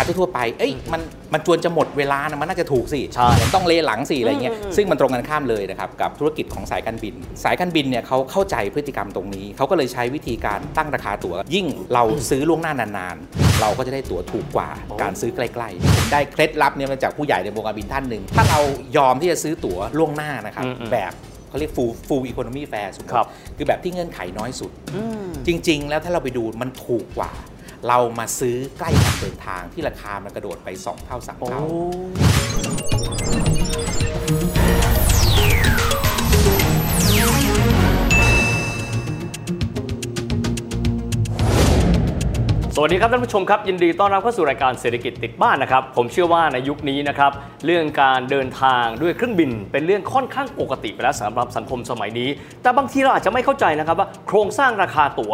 ขาทั่วๆไป เอ้ย มัน มันจวนจะหมดเวลานะ มันน่าจะถูกสิ ใช่ ต้องเลหลังสิอะไรเงี้ย ซึ่งมันตรงกันข้ามเลยนะครับ กับธุรกิจของสายการบิน สายการบินเนี่ยเขาเข้าใจพฤติกรรมตรงนี้ เขาก็เลยใช้วิธีการตั้งราคาตั๋ว ยิ่งเราซื้อล่วงหน้านานๆ เราก็จะได้ตั๋วถูกกว่า การซื้อใกล้ๆผมได้เคล็ดลับเนี่ยมาจากผู้ใหญ่ในวงการบินท่านหนึ่ง ถ้าเรายอมที่จะซื้อตั๋วล่วงหน้านะครับ แบบเขาเรียก full full economy fare สมมติ ครับ คือแบบที่เงื่อนไขน้อยสุด จริง ๆ แล้วถ้าเราไปดูมันถูกกว่า เรามาซื้อใกล้กับเดินทางที่ราคามันกระโดดไป 2 เท่า 3 เท่า สวัสดีครับท่านผู้ชมครับ ยินดีต้อนรับเข้าสู่รายการเศรษฐกิจติดบ้านนะครับ ผมเชื่อว่าในยุคนี้นะครับ เรื่องการเดินทางด้วยเครื่องบิน เป็นเรื่องค่อนข้างปกติไปแล้วสำหรับสังคมสมัยนี้ แต่บางทีเราอาจจะไม่เข้าใจนะครับว่าโครงสร้างราคาตั๋ว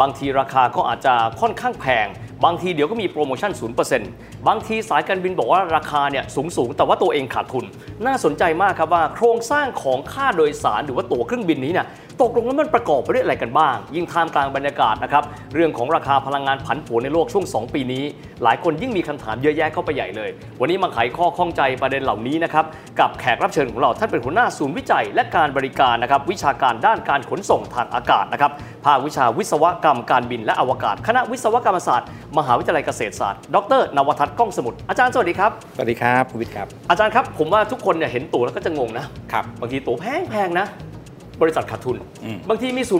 บางทีราคาก็อาจจะค่อนข้างแพง บางทีเดี๋ยวก็มีโปรโมชั่น 0%บางทีสายการบินบอกว่าราคาเนี่ยสูงสูงๆแต่ว่าตัวเองขาดทุน น่าสนใจมากครับว่าโครงสร้างของค่าโดยสารหรือว่าตั๋วเครื่องบินนี้เนี่ยตกลงแล้วมันประกอบไปด้วยอะไรกันบ้าง ยิ่งท่ามกลางบรรยากาศนะครับเรื่องของราคาพลังงานผันผวนในโลกช่วง 2 ปีนี้ หลายคนยิ่งมีคำถามเยอะแยะเข้าไปใหญ่เลย วันนี้มาไขข้อข้องใจประเด็นเหล่านี้นะครับกับแขกรับเชิญของเราท่านเป็นหัวหน้าศูนย์วิจัย และการบริการนะครับวิชาการด้านการขนส่งทางอากาศนะครับภาควิชาวิศวกรรมการบินและอวกาศ คณะวิศวกรรมศาสตร์ มหาวิทยาลัยเกษตรศาสตร์ ดร นวทัศน์ก้องสมุทรอาจารย์สวัสดีครับ สวัสดีครับคุณวิทย์ครับ อาจารย์ครับผมว่าทุกคนเนี่ยเห็นตั๋วแล้วก็จะงงนะ ครับ บางทีตั๋วแพงๆนะ บริษัทขาดทุน อืม บางทีมี 0%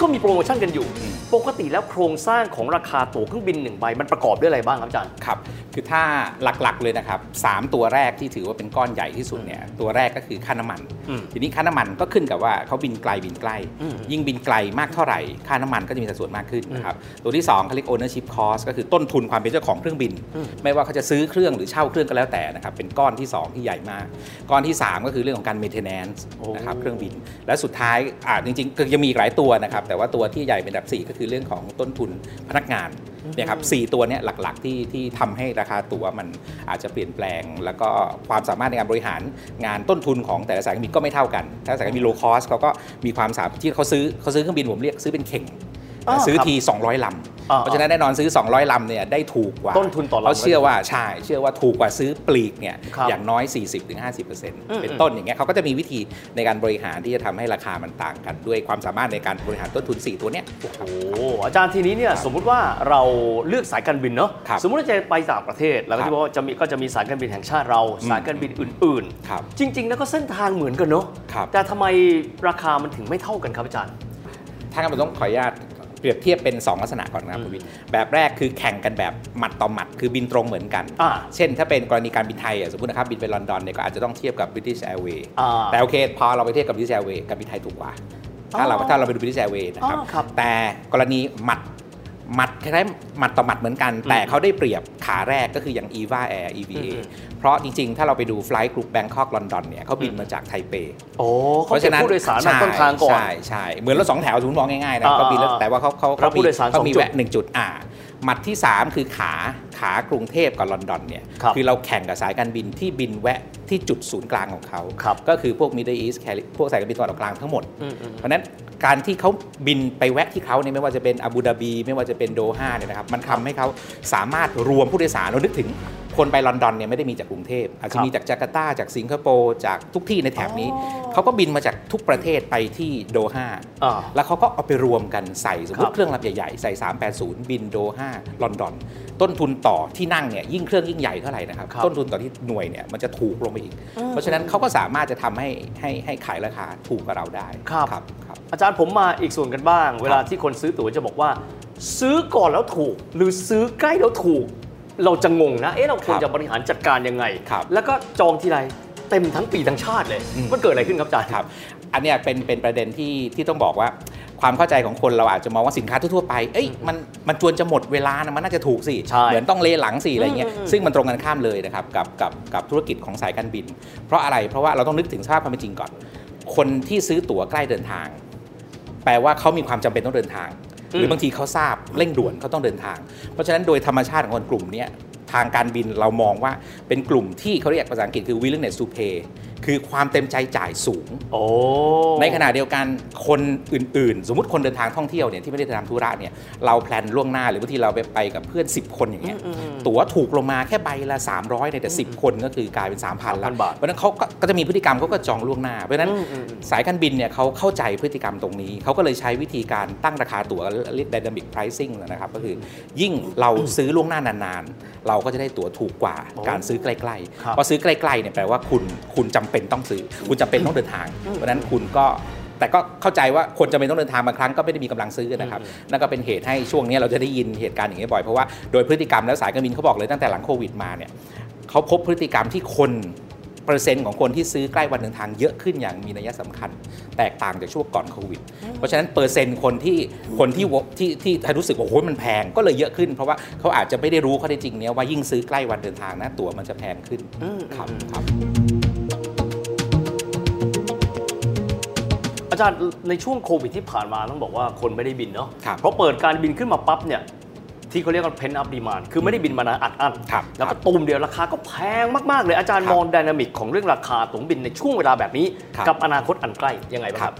ก็มีโปรโมชั่นกันอยู่ อืม ปกติแล้วโครงสร้างของราคาตั๋วเครื่องบินหนึ่งใบมันประกอบด้วยอะไรบ้างครับอาจารย์ ครับ คือถ้าหลักๆเลยนะครับสามตัวแรกที่ถือว่าเป็นก้อนใหญ่ที่สุดเนี่ย ตัวแรกก็คือค่าน้ำมัน อืม ทีนี้ค่าน้ำมันก็ขึ้นกับว่าเขาบินไกลบินใกล้ อืม ยิ่งบินไกลมากเท่าไหร่ ค่าน้ำมันก็จะมีสัดส่วนมากขึ้นนะครับ ตัวที่2เขาเรียก ownership cost ก็คือต้นทุนความเป็นเจ้าของเครื่องบิน อืม ไม่ว่าเขาจะซื้อเครื่องหรือเช่าเครื่องก็แล้วแต่นะครับ เป็นก้อนที่สองที่ใหญ่มาก ก้อนที่สามก็คือเรื่องของการ maintenance โอ้ นะครับเครื่องบิน และสุดท้ายอ่าจริงๆคือยังมีอีกหลายตัวนะครับ แต่ว่าตัวที่ใหญ่เป็นอันดับ 4 ก็คือเรื่องของต้นทุนพนักงานเนี่ยครับสตัวเนี้ยหลักๆที่ที่ทำให้ราคาตั๋วมันอาจจะเปลี่ยนแปลง แล้วก็ความสามารถในการบริหารงานต้นทุนของแต่ละสายการบินก็ไม่เท่ากัน ถ้าสายการบิน low cost เขาก็มีความสามารถที่เขาซื้อเขาซื้อเครื่องบินผมเรียกซื้อเป็นเข่ง อ้าว ซื้อ ครับ ที 200 ลำอ่าเพราะฉะนั้นแน่นอนซื้อ 200 ลำเนี่ยได้ถูกกว่า ต้นทุนต่อลำ เขาเชื่อว่าใช่เชื่อว่าถูกกว่าซื้อปลีกเนี่ย ครับ อย่างน้อย 40-50%เป็น อืม ต้น ต้นอย่างเงี้ยเขาก็จะมีวิธีในการบริหารที่จะทำให้ราคามันต่างกัน ด้วยความสามารถในการบริหารต้นทุน 4 ตัวเนี้ย โอ้โหอาจารย์ทีนี้เนี่ยสมมุติว่าเราเลือกสายการบินเนาะ ครับ สมมุติว่าจะไปต่างประเทศแล้วก็ ครับ ที่ว่าจะมีก็จะมีสายการบินแห่งชาติเรา สายการบินอื่น ครับ จริงๆแล้วก็เส้นทางเหมือนกันเนาะ ครับ แต่ทำไมราคามันถึงไม่เท่ากันครับอาจารย์ ถ้างั้นผมต้องขออนุญาตเปรียบเทียบเป็น 2 ลักษณะก่อนนะครับคุณวิทย์แบบแรกคือแข่งกันแบบหมัดต่อหมัด คือบินตรงเหมือนกัน อ่า เช่นถ้าเป็นกรณีการบินไทยอ่ะสมมตินะครับบินไปลอนดอนเนี่ยก็อาจจะต้องเทียบกับ British Airways อ่า แต่โอเค พอเราไปเทียบกับ British Airways กับบินไทยถูกกว่า ถ้าเรา อ๋อ ถ้าเราไปดู British Airways นะครับ อ๋อครับ แต่กรณีหมัดหมัดคล้ายๆหมัดต่อหมัดเหมือนกัน แต่เขาได้เปรียบขาแรกก็คืออย่าง EVA Air EVA อืม เพราะจริงๆ ถ้าเราไปดูไฟล์กลุ่มแบงคอกลอนดอนเนี่ยเขาบินมาจากไทเป โอ้เขาจะผู้โดยสารมาต้นทางก่อน ใช่ใช่เหมือนรถสองแถวถุนมองง่ายๆนะ อ่า ก็มีแล้วแต่ว่าเขาเขา รับผู้โดยสาร เขามี สองจุด แวะหนึ่งจุดอ่าหมัดที่ 3 คือขาขากรุงเทพกับลอนดอนเนี่ย ครับ อเราแข่งกับสายการบินที่บินแวะที่จุดศูนย์กลางของเขา ครับ ก็คือพวก Middle East แคลิพวกสายการบินตะวันออกกลางทั้งหมด อืมอืม เพราะฉะนั้นการที่เขาบินไปแวะที่เขาเนี่ยไม่ว่าจะเป็นอาบูดาบีไม่ว่าจะเป็นโดฮาเนี่ยนะครับมันทำให้เขาสามารถรวมผู้โดยสารเรานึกถึงคนไปลอนดอนเนี่ยไม่ได้มีจากกรุงเทพอาจจะมีจากจาการ์ตาจากสิงคโปร์จากทุกที่ในแถบนี้ เขาก็บินมาจากทุกประเทศไปที่โดฮา อ่า แล้วเขาก็เอาไปรวมกันใส่สมม ครั ติ บ เครื่องลำใหญ่ๆ ใส่ 380 บินโดฮาลอนดอน ต้นทุนต่อที่นั่งเนี่ยยิ่งเครื่องยิ่งใหญ่เท่าไหร่นะครับ ครับ ต้นทุนต่อที่หน่วยเนี่ยมันจะถูกลงไปอีก เพราะฉะนั้นเขาก็สามารถจะทำให้ให้ให้ขายราคาถูกกว่าเราได้ ครับ ครับ อาจารย์ผมมาอีกส่วนกันบ้าง เวลาที่คนซื้อตั๋วจะบอกว่า ซื้อก่อนแล้วถูก หรือซื้อใกล้แล้วถูก เราจะงงนะ เอ๊ะเราควครรับ จะบริหารจัดการยังไง ครับ แล้วก็จองทีไรเต็มทั้งปีทั้งชาติเลย มันเกิดอะไรขึ้นครับอาจารย์ ครับอันเนี้ยเป็นเป็นประเด็นที่ที่ต้องบอกว่า ความเข้าใจของคนเราอาจจะมองว่าสินค้าทั่วๆไป เอ้ยมันมันจวนจะหมดเวลานะมันน่าจะถูกสิ ใช่ เหมือนต้องเลหลังสิอะไรเงี้ย อืมอืม ซึ่งมันตรงกันข้ามเลยนะครับกับกับกับธุรกิจของสายการบิน เพราะอะไรเพราะว่าเราต้องนึกถึงสภาพความเป็นจริงก่อน คนที่ซื้อตั๋วใกล้เดินทาง แปลว่าเขามีความจำเป็นต้องเดินทาง หรือ ม บางทีเขาทราบเร่งด่วนเขาต้องเดินทาง เพราะฉะนั้นโดยธรรมชาติของคนกลุ่มเนี้ยทางการบินเรามองว่าเป็นกลุ่มที่เขาเรียกภาษาอังกฤษคือ willingness to pay คือความเต็มใจจ่ายสูง โอ้ ในขณะเดียวกันคนอื่นๆ สมมติคนเดินทางท่องเที่ยวเนี่ยที่ไม่ได้ทำธุระเนี่ยเราแพลนล่วงหน้าหรือบางทีเราไปไปกับเพื่อน 10 คนอย่างเงี้ย อืมอืม ตั๋วถูกลงมาแค่ใบละ 300เนี่ยแต่ 10 คนก็คือกลายเป็น 3,000ละ 3,000บาท เพราะฉะนั้นเขาก็ก็จะมีพฤติกรรมเขาก็จองล่วงหน้า เพราะฉะนั้น อืมอืมอืม สายการบินเนี่ยเขาเข้าใจพฤติกรรมตรงนี้ เขาก็เลยใช้วิธีการตั้งราคาตั๋วเรียก dynamic pricing นะครับก็คือยิ่งเราซื้อล่วงหน้านานๆ เราก็จะได้ตั๋วถูกกว่าการซื้อใกล้ ครับ ๆ พอซื้อใกล้ๆเนี่ยแปลว่าคุณคุณจำเป็นต้องซื้อ คุณจำเป็นต้องเดินทาง เพราะฉะนั้นคุณก็แต่ก็เข้าใจว่าคนจำเป็นต้องเดินทางบางครั้งก็ไม่ได้มีกำลังซื้อนะครับนั่นก็เป็นเหตุให้ช่วงนี้เราจะได้ยินเหตุการณ์อย่างนี้บ่อยเพราะว่าโดยพฤติกรรมแล้วสายการบินเขาบอกเลยตั้งแต่หลังโควิดมาเนี่ยเขาพบพฤติกรรมที่คนเปอร์เซ็นต์ของคนที่ซื้อใกล้วันเดินทางเยอะขึ้นอย่างมีนัยสำคัญ แตกต่างจากช่วงก่อนโควิด เพราะฉะนั้นเปอร์เซ็นต์คนที่คนที่วที่ที่ที่รู้สึกว่าโอ้ยมันแพงก็เลยเยอะขึ้น เพราะว่าเขาอาจจะไม่ได้รู้ข้อเท็จจริงเนี้ยว่ายิ่งซื้อใกล้วันเดินทางนะตั๋วมันจะแพงขึ้นครับครับ อาจารย์ในช่วงโควิดที่ผ่านมาต้องบอกว่าคนไม่ได้บินเนาะ ครับ เพราะเปิดการบินขึ้นมาปั๊บเนี่ยที่เขาเรียกว่า pent up demand คือไม่ได้บินมานานอัดอั้น ครับ แล้วก็ตูมเดียวราคาก็แพงมาก ๆ เลยอาจารย์ ครับ มองดินามิกของเรื่องราคาตั๋วบินในช่วงเวลาแบบนี้ ครับ กับอนาคตอันใกล้ยังไงบ้างครับ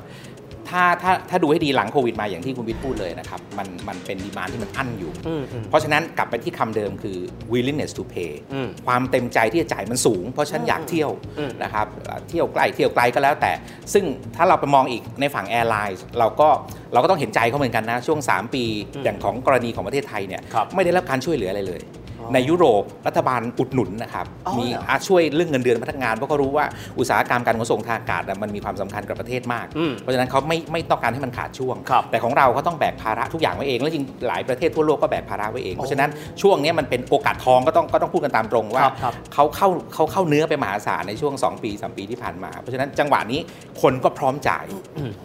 ถ้าถ้าถ้าดูให้ดีหลังโควิดมาอย่างที่คุณวิทย์พูดเลยนะครับ มันมันเป็นดีมานที่มันอั้นอยู่ อืมอืม เพราะฉะนั้นกลับไปที่คำเดิมคือ willingness to pay อืม ความเต็มใจที่จะจ่ายมันสูง เพราะฉันอยากเที่ยว อืม นะครับอ่าเที่ยวใกล้เที่ยวไกลก็แล้วแต่ ซึ่งถ้าเราไปมองอีกในฝั่งแอร์ไลน์เราก็เราก็ต้องเห็นใจเขาเหมือนกันนะ ช่วง 3 ปี อืม อย่างของกรณีของประเทศไทยเนี่ย ครับ ไม่ได้รับการช่วยเหลืออะไรเลย อ๋อ ในยุโรปรัฐบาลอุดหนุนนะครับ อ๋อ มี เหรอ อาช่วยเรื่องเงินเดือนพนักงานเพราะเขารู้ว่าอุตสาหกรรมการขนส่งทางอากาศน่ะมันมีความสำคัญกับประเทศมาก อืม เพราะฉะนั้นเขาไม่ไม่ต้องการให้มันขาดช่วง ครับ แต่ของเราก็ต้องแบกภาระทุกอย่างไว้เอง แล้วจริงหลายประเทศทั่วโลกก็แบกภาระไว้เอง เพราะฉะนั้นช่วงเนี้ยมันเป็นโอกาสทองก็ต้องก็ต้องพูดกันตามตรงว่า ครับครับ เขาเข้าเขาเข้าเนื้อไปมหาศาลในช่วง 2 ปี 3 ปีที่ผ่านมา เพราะฉะนั้นจังหวะนี้คนก็พร้อมจ่าย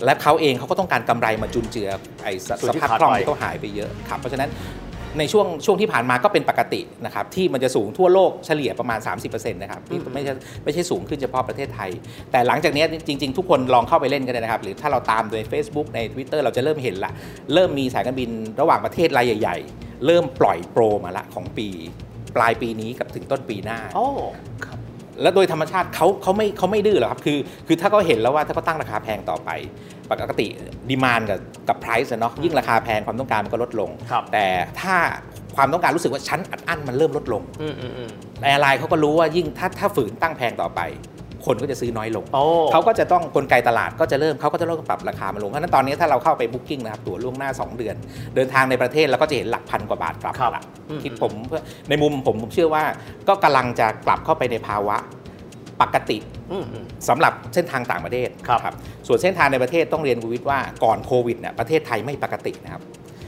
และเขาเองเขาก็ต้องการกำไรมาจุนเจือไอ้ส ส่วน ส ที่ ภาพ ขาด คล่อง ไป ที่เขาหายไปเยอะครับเพราะฉะนั้นในช่วงช่วงที่ผ่านมาก็เป็นปกตินะครับที่มันจะสูงทั่วโลกเฉลี่ยประมาณ 30%นะครับที่ไม่ใช่ไม่ใช่สูงขึ้นเฉพาะประเทศไทย แต่หลังจากเนี้ยจริง ๆ ทุกคนลองเข้าไปเล่นกันเลยนะครับ หรือถ้าเราตามโดย Facebook ใน Twitter เราจะเริ่มเห็นละเริ่มมีสายการบินระหว่างประเทศรายใหญ่ ๆ เริ่มปล่อยโปรมาละของปี ปลายปีนี้กับถึงต้นปีหน้า โอ้ แล้วโดยธรรมชาติเขาเขาไม่เขาไม่ดื้อหรอกครับคือคือถ้าเขาเห็นแล้วว่าถ้าเขาตั้งราคาแพงต่อไป ปกติดีมานกับกับไพรซ์เนาะยิ่งราคาแพงความต้องการมันก็ลดลง ครับ แต่ถ้าความต้องการรู้สึกว่าชั้นอัดอั้นมันเริ่มลดลง อืมอืมอืม แอร์ไลน์เขาก็รู้ว่ายิ่งถ้าถ้าฝืนตั้งแพงต่อไป คนก็จะซื้อน้อยลง โอ้ เขาก็จะต้องกลไกตลาดก็จะเริ่มเขาก็จะเริ่มปรับราคามาลงเพราะฉะนั้นตอนนี้ถ้าเราเข้าไปบุ๊กิ้งนะครับตั๋วล่วงหน้า 2 เดือน เดินทางในประเทศเราก็จะเห็นหลักพันกว่าบาทกลับมาละคิดผมเพื่อในมุมผมผมเชื่อว่าก็กำลังจะกลับเข้าไปในภาวะปกติ อืมอืม สำหรับเส้นทางต่างประเทศ ครับ ส่วนเส้นทางในประเทศต้องเรียนคุณวิทย์ว่าก่อนโควิดเนี่ยประเทศไทยไม่ปกตินะครับ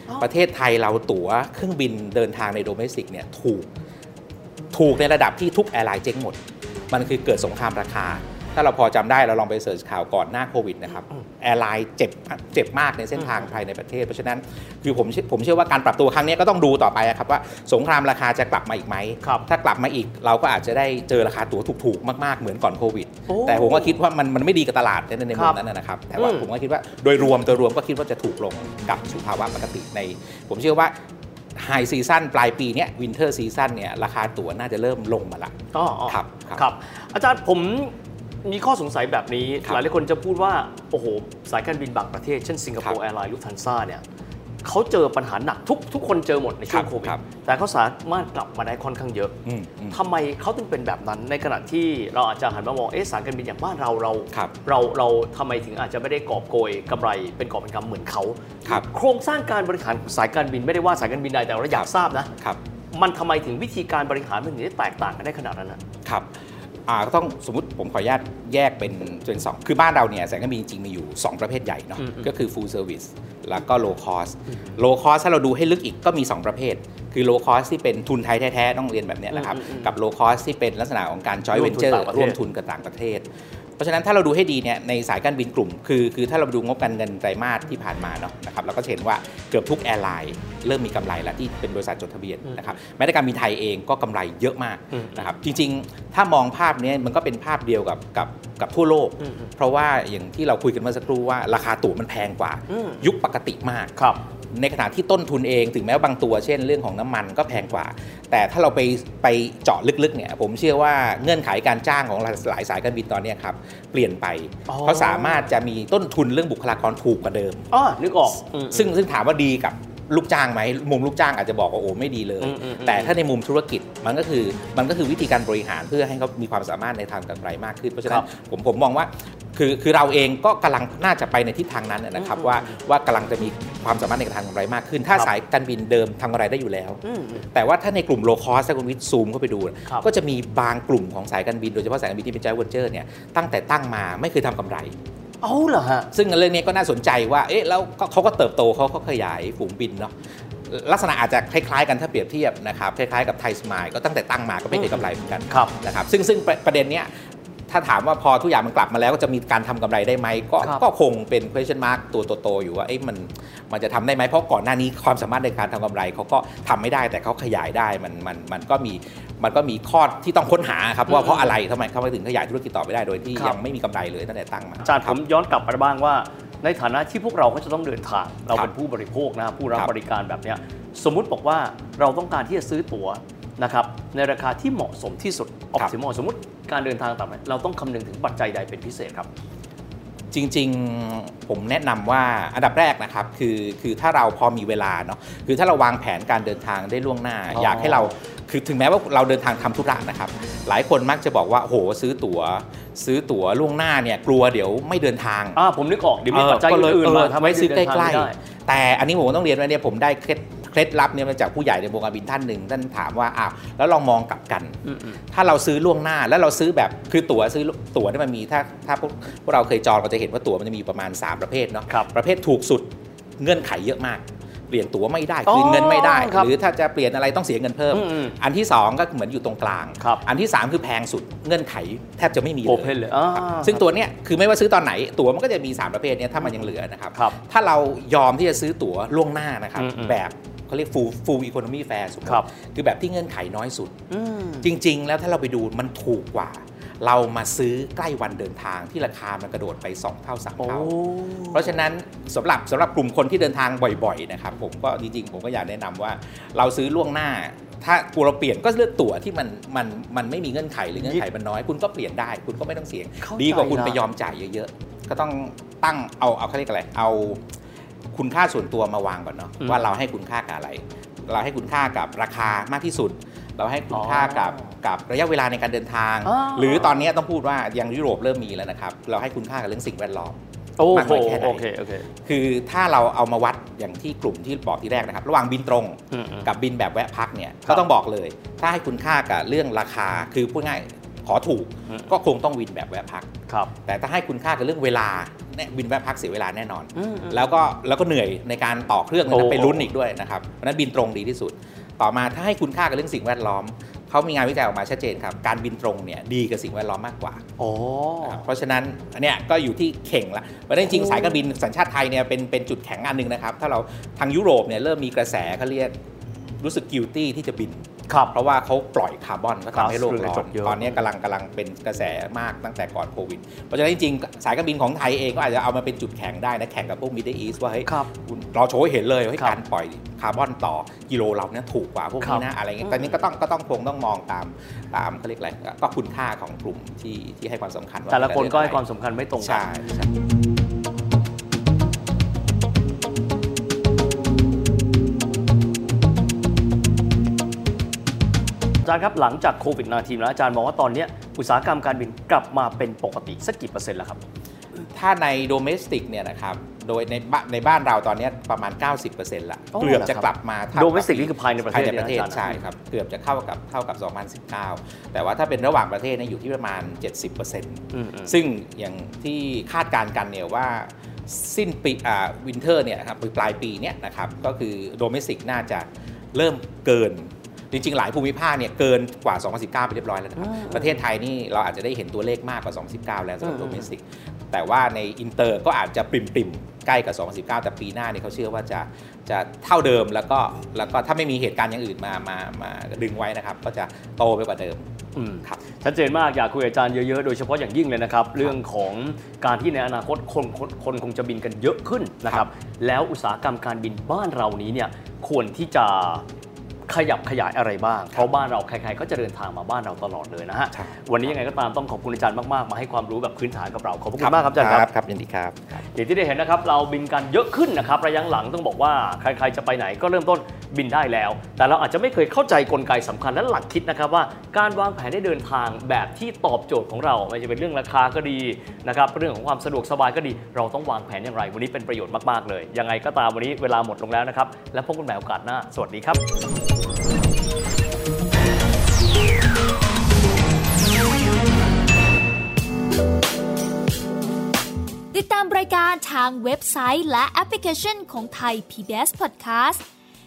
อ๋อ ประเทศไทยเราตั๋วเครื่องบินเดินทางในโดเมสิกเนี่ยถูก ถูกในระดับที่ทุกแอร์ไลน์เจ๊งหมด มันคือเกิดสงครามราคา ถ้าเราพอจำได้เราลองไปเสิร์ชข่าวก่อนหน้าโควิดนะครับ แอร์ไลน์เจ็บเจ็บมากในเส้นทางภายในประเทศ เพราะฉะนั้นคือผมเชื่อผมเชื่อว่าการปรับตัวครั้งเนี้ยก็ต้องดูต่อไปอะครับว่าสงครามราคาจะกลับมาอีกไหม ครับ ถ้ากลับมาอีกเราก็อาจจะได้เจอราคาตั๋วถูกๆ มากๆ เหมือนก่อนโควิด โอ้ แต่ผมก็คิดว่ามันมันไม่ดีกับตลาดในในมุ ครั ม บ นั้นนะนะครับ แต่ว่า อืม ผมก็คิดว่าโดยรวมโดยรวมก็คิดว่าจะถูกลงกลับสู่ภาวะปกติใน ผมเชื่อว่าไฮซีซั่นปลายปีเนี้ยวินเทอร์ซีซั่นเนี่ยราคาตั๋วน่าจะเริ่มลงมาละ อ๋ออ๋อ ครับครับ ครับ อาจารย์ผมมีข้อสงสัยแบบนี้ ครับ หลายหลายคนจะพูดว่า โอ้โห สายการบินบางประเทศ เช่นสิงคคโปรั ร์ บ แอร์ไลน์ลูฟทันซ่าเนี่ยเขาเจอปัญหาหนักทุกทุกคนเจอหมดในช่วครังบ โควิด ครับ แต่เขาสามารถกลับมาได้ค่อนข้างเยอะ อืมอืม ทำไมเขาถึงเป็นแบบนั้นในขณะที่เราอาจจะหันมามองเอ๊ะสายการบินอย่างบ้านเราเรา ครับ เราเราทำไมถึงอาจจะไม่ได้กอบโกยกำไรเป็นกอบเป็นกำเหมือนเขา ครับ โครงสร้างการบริหารของสายการบินไม่ได้ว่าสายการบินใดแต่เราอยากทราบนะ ครับ มันทำไมถึงวิธีการบริหารมันถึงได้แตกต่างกันได้ขนาดนั้นนะ ครับอ่าก็ต้องสมมติผมขออนุญาตแยกเป็นเป็นสองคือบ้านเราเนี่ยสายการบินจริงๆมีอยู่ 2 ประเภทใหญ่เนาะ อืมอืม ก็คือ full service แล้วก็ low cost low cost ถ้าเราดูให้ลึกอีกก็มี 2 ประเภท คือ low cost ที่เป็นทุนไทยแท้ๆ ต้องเรียนแบบเนี้ยนะครับ อืมอืมอืม กับ low cost ที่เป็นลักษณะของการ joint ร่วมทุน venture ต่างประเทร่วมศทุนกับต่างประเทศ ราะฉะนั้นถ้าเราดูให้ดีเนี่ยในสายการบินกลุ่ม คือคือถ้าเราดูงบการเงินไตรมาสที่ผ่านมาเนาะนะครับเราก็จะเห็นว่าเกือบทุกแอร์ไลน์เริ่มมีกำไรแล้วที่เป็นบริษัทจดทะเบียนนะครับแม้แต่การบินไทยเองก็กำไรเยอะมาก อืม นะครับจริงๆ ถ้ามองภาพเนี้มันก็เป็นภาพเดียวกับกับกับทั่วโลก อืมอืม เพราะว่าอย่างที่เราคุยกันเมื่อสักครู่ว่าราคาตั๋วมันแพงกว่า อืม ยุคปกติมาก ครับ ในขณะที่ต้นทุนเองถึงแม้ว่าบางตัวเช่นเรื่องของน้ำมันก็แพงกว่า แต่ถ้าเราไปไปเจาะลึกๆเนี่ยผมเชื่อว่าเงื่อนไขาการจ้างของหลายสายการบินตอนเนี้ยครับเปลี่ยนไป อ๋อ เขาสามารถจะมีต้นทุนเรื่องบุคลากรถูกกว่าเดิม อ๋อนึกออกอืม ซึ่งซึ่งถามว่าดีกับลูกจ้างไหมมุมลูกจ้างอาจจะบอกว่าโอ้ไม่ดีเลย อืมอืมอืม แต่ถ้าในมุมธุรกิจมันก็คือมันก็คือวิธีการบริหารเพื่อให้เขามีความสามารถในทางกำไรมากขึ้น เพราะฉะนั้นผมผมมองว่าคือคือเราเองก็กำลังน่าจะไปในทิศทางนั้นนะครับว่าว่ากำลังจะมีความสามารถในการทางกำไรมากขึ้น ถ้าสายการบินเดิมทำกำไรได้อยู่แล้ว อืมอืม แต่ว่าถ้าในกลุ่มโลคอสถ้าคุณวิทย์ซูมเข้าไปดูนะครับ ก็จะมีบางกลุ่มของสายการบินโดยเฉพาะสายการบินที่เป็น Joint Venture เนี่ยตั้งแต่ตั้งมาไม่เคยทำกำไร เอาเหรอฮะ ซึ่งเรื่องนี้ก็น่าสนใจว่า เอ๊ะ แล้วก็เขาก็เติบโตเขาก็ขยายฝูงบินเนาะ ลักษณะอาจจะคล้ายๆกันถ้าเปรียบเทียบนะครับ คล้ายๆกับไทยสมายก็ตั้งแต่ตั้งมาก็ไม่เคยกำไรเหมือนกัน ครับ นะครับ ซึ่งซึ่งประประเด็นเนี้ยถ้าถามว่าพอทุกอย่างมันกลับมาแล้วก็จะมีการทำกำไรได้ไหม ก็ ครับ ก็คงเป็น question mark ตัวโตๆอยู่ว่าเอ๊ะมันมันจะทำได้ไหมเพราะก่อนหน้านี้ความสามารถในการทำกำไรเขาก็ทำไม่ได้แต่เขาขยายได้มันมันมันก็มีมันก็มีข้อที่ต้องค้นหาครับว่าเพราะอะไรทำไมเขาถึงขยายธุรกิจต่อไม่ได้โดยที่ ครับ ยังไม่มีกำไรเลยตั้งแต่ตั้งมา อาจารย์ผมย้อนกลับไปบ้างว่า ในฐานะที่พวกเราก็จะต้องเดินทาง เราเป็นผู้บริโภคนะผู้รับ ครับ บริการแบบเนี้ยสมมุติบอกว่าเราต้องการที่จะซื้อตั๋วนะครับในราคาที่เหมาะสมที่สุดออ ครับ ปติมอลสมมติการเดินทางต่างๆเราต้องคำนึงถึงปัจจัยใดเป็นพิเศษครับ จริงๆผมแนะนำว่าอันดับแรกนะครับคือคือถ้าเราพอมีเวลาเนาะคือถ้าเราวางแผนการเดินทางได้ล่วงหน้า อ๋อ อ อ ยากให้เราคือถึงแม้ว่าเราเดินทางทำธุระนะครับ หลายคนมักจะบอกว่าโหซื้อตั๋ว ซื้อตั๋วล่วงหน้าเนี่ยกลัวเดี๋ยวไม่เดินทาง อ่าผมนึกออกเดี๋ยวมีปัจจัย เก็เลย อื่นๆมา เออ ทำ ไว้ ให้ ซื้อใก เดินทาง ล้ ไม่ได้ ๆ แต่อันนี้ผมก็ต้องเรียนว่าเนี่ยผมได้เคล็ดเคล็ดลับเนี่ยมาจากผู้ใหญ่ในวงการบินท่านหนึ่งท่านถามว่าอ้าวแล้วลองมองกลับกัน อืม ถ้าเราซื้อล่วงหน้าแล้วเราซื้อแบบคือตั๋วซื้อตั๋วเนี่ยมันมีถ้าถ้าพวกพวกเราเคยจองเราจะเห็นว่าตั๋วมันจะมีประมาณ 3 ประเภทเนาะ ครับ ประเภทถูกสุดเงื่อนไขเยอะมาก เปลี่ยนตั๋วไม่ได้คืนเงินไม่ได้ อ๋อครับ หรือถ้าจะเปลี่ยนอะไรต้องเสียเงินเพิ่ อืมอืม อันที่สองก็เหมือนอยู่ตรงกลาง ครับ อันที่สามคือแพงสุดเงื่อนไขแทบจะไม่มีเลย Open เลยอ่า ซึ่ง ตัวเนี้ยคือไม่ว่าซื้อตอนไหนตั๋วมันก็จะมี 3 ประเภทเนี้ยถ้ามันยังเหลือนะครับ ครับ ถ้าเรายอมที่จะซื้อตั๋วล่วงหน้านะครับ อืมๆ แบบเขาเรียก full full economy fare สมม ครับ ติคือแบบที่เงื่อนไขน้อยสุด อืม จริง ๆ แล้วถ้าเราไปดูมันถูกกว่า เรามาซื้อใกล้วันเดินทางที่ราคามันกระโดดไป 2 เท่า 3 เท่า เพราะฉะนั้นสำหรับสำหรับกลุ่มคนที่เดินทางบ่อยๆนะครับผมก็จริงๆ ผมก็อยากแนะนำว่า เราซื้อล่วงหน้า ถ้ากลัวเราเปลี่ยนก็เลือกตั๋วที่มันมันมันไม่มีเงื่อนไขหรือเงื่อนไขมันน้อย คุณก็เปลี่ยนได้ คุณก็ไม่ต้องเสี่ยง เข้า ดีกว่าคุณ ใจละ ไปยอมจ่ายเยอะๆ ก็ต้องตั้งเอาเอาเขาเรียกอะไรเอา คุณค่าส่วนตัวมาวางก่อนเนาะ อืม ว่าเราให้คุณค่ากับอะไร เราให้คุณค่ากับราคามากที่สุด เราให้คุณค่ากับกับระยะเวลาในการเดินทาง อ๋อ หรือตอนเนี้ยต้องพูดว่าอย่างยุโรปเริ่มมีแล้วนะครับเราให้คุณค่ากับเรื่องสิ่งแวดล้อม โอ้ มาก โห น้อยแค่ไหน โอเคโอเค คือถ้าเราเอามาวัดอย่างที่กลุ่มที่บอกที่แรกนะครับ ระหว่างบินตรง อืมๆ กับบินแบบแวะพักเนี่ย ครับ ก็ต้องบอกเลย ถ้าให้คุณค่ากับเรื่องราคาคือพูดง่ายขอถูก อืม ก็คงต้องวินแบบแวะพัก ครับ แต่ถ้าให้คุณค่ากับเรื่องเวลาเนี่ยบินแวะพักเสียเวลาแน่นอน อืมอืม แล้วก็แล้วก็เหนื่อยในการต่อเครื่องด้วย โอ้ นะไปลุ้นอีกด้วยนะครับเพราะฉะนั้นบินตรงดีที่สุด ต่อมาถ้าให้คุณค่ากับเรื่องสิ่งแวดล้อมเขามีงานวิจัยออกมาชัดเจนครับการบินตรงเนี่ยดีกับสิ่งแวดล้อมมากกว่า โอ้ เพราะฉะนั้นอันเนี้ยก็อยู่ที่เข่งละเพราะฉะนั้นจริง โอ้ ๆสายการบินสัญชาติไทยเนี่ยเป็นเป็นจุดแข็งอันหนึ่งนะครับ ถ้าเราทางยุโรปเนี่ยเริ่มมีกระแสเขาเรียกรู้สึกกิลตี้ที่จะบิน ครับ เพราะว่าเขาปล่อยคาร์บอนก็ทำให้โลก ก๊าซเรืร้อนกระ อ จ น กเยอะ ตอนเนี้ยกำลังกำลังเป็นกระแสมากตั้งแต่ก่อนโควิด เพราะฉะนั้นจริงๆสายการบินของไทยเองก็อาจจะเอามาเป็นจุดแข็งได้นะแข่งกับพวกมิดเดิลอีสว่าเฮ้ย ครับ คุณเราโชว์ให้เห็นเลยว่าเฮ้ย ครับ การปล่อยคาร์บอนต่อกิโลเราเนี่ยถูกกว่าพวก ครั นี้ บ นะอะไรเงี้ยตอนนี้ก็ต้องก็ต้องคงต้องมองตามตามเขาเรียกอะไรก็คุณค่าของกลุ่มที่ที่ให้ความสำคัญว่า แต่ละคนก็ให้ความสำคัญไม่ตรงกั ใช่ น ใช่ อาจารย์ครับหลังจากโควิด -19 แล้วอาจารย์มองว่าตอนเนี้ยอุตสาหกรรมการบินกลับมาเป็นปกติสักกี่เปอร์เซ็นต์แล้วครับ ถ้าในโดเมสติกเนี่ยนะครับ โดยในบ้านในบ้านเราตอนเนี้ยประมาณ 90%ละ โอ้ เกือบจะ เหรอครับ กลับมาเท่าบ โดเมสติกนี่คือภายในประเทศ ภายในประเทศ เนี่ยนะอาจารย์ ใช่ครับ เกือบจะเข้ากับเท่ากับ 2019 แต่ว่าถ้าเป็นระหว่างประเทศเนี่ยอยู่ที่ประมาณ 70%ซึ่งอย่างที่คาดการณ์กันเนี่ยว่าสิ้นปีอ่าวินเทอร์เนี่ยนะครับปลายปีเนี่ยนะครับ ก็คือโดเมสติกน่าจะเริ่มเกิน จริงๆ หลายภูมิภาคเนี่ยเกินกว่า 2019 ไปเรียบร้อยแล้วนะครับประเทศไทยนี่เราอาจจะได้เห็นตัวเลขมากกว่า 2019 แล้วสำหรับ อื โด ม เมสติกแต่ว่าในอินเตอร์ก็อาจจะปริมๆใกล้กับ 2019 แต่ปีหน้าเนี่ยเขาเชื่อว่าจะจะเท่าเดิมแล้วก็แล้วก็ถ้าไม่มีเหตุการณ์อย่างอื่นมามามาดึงไว้นะครับ ก็จะโตไปกว่าเดิม อืม ครับ ชัดเจนมากอยากคุยกับอาจารย์เยอะๆ โดยเฉพาะอย่างยิ่งเลยนะครับ เรื่องของการที่ในอนาคตคนคนคนคงจะบินกันเยอะขึ้นนะครับ แล้วอุตสาหกรรมการบินบ้านเรานี้เนี่ยควรที่จะขยับขยายอะไรบ้าง เพราะบ้านเราใครๆก็จะเดินทางมาบ้านเราตลอดเลยนะฮะ ครับ วันนี้ยังไงก็ตามต้องขอบคุณอาจารย์มากๆ มาให้ความรู้แบบพื้นฐานกับเรา ขอบพระคุณมากครับอาจารย์ครับ ครับยินดีครับ อย่างที่ได้เห็นนะครับเราบินกันเยอะขึ้นนะครับระยะหลังต้องบอกว่าใครๆจะไปไหนก็เริ่มต้นบินได้แล้ว แต่เราอาจจะไม่เคยเข้าใจกลไกสำคัญและหลักคิดนะครับว่าการวางแผนได้เดินทางแบบที่ตอบโจทย์ของเราไม่ว่าจะเป็นเรื่องราคาก็ดีนะครับเรื่องของความสะดวกสบายก็ดี เราต้องวางแผนอย่างไร วันนี้เป็นประโยชน์มากๆเลย ยังไงก็ตามวันนี้เวลาหมดลงแล้วนะครับและพบกันใหม่โอกาสหน้าสวัสดีครับ ติดตามรายการทางเว็บไซต์และแอปพลิเคชันของไทย PBS Podcast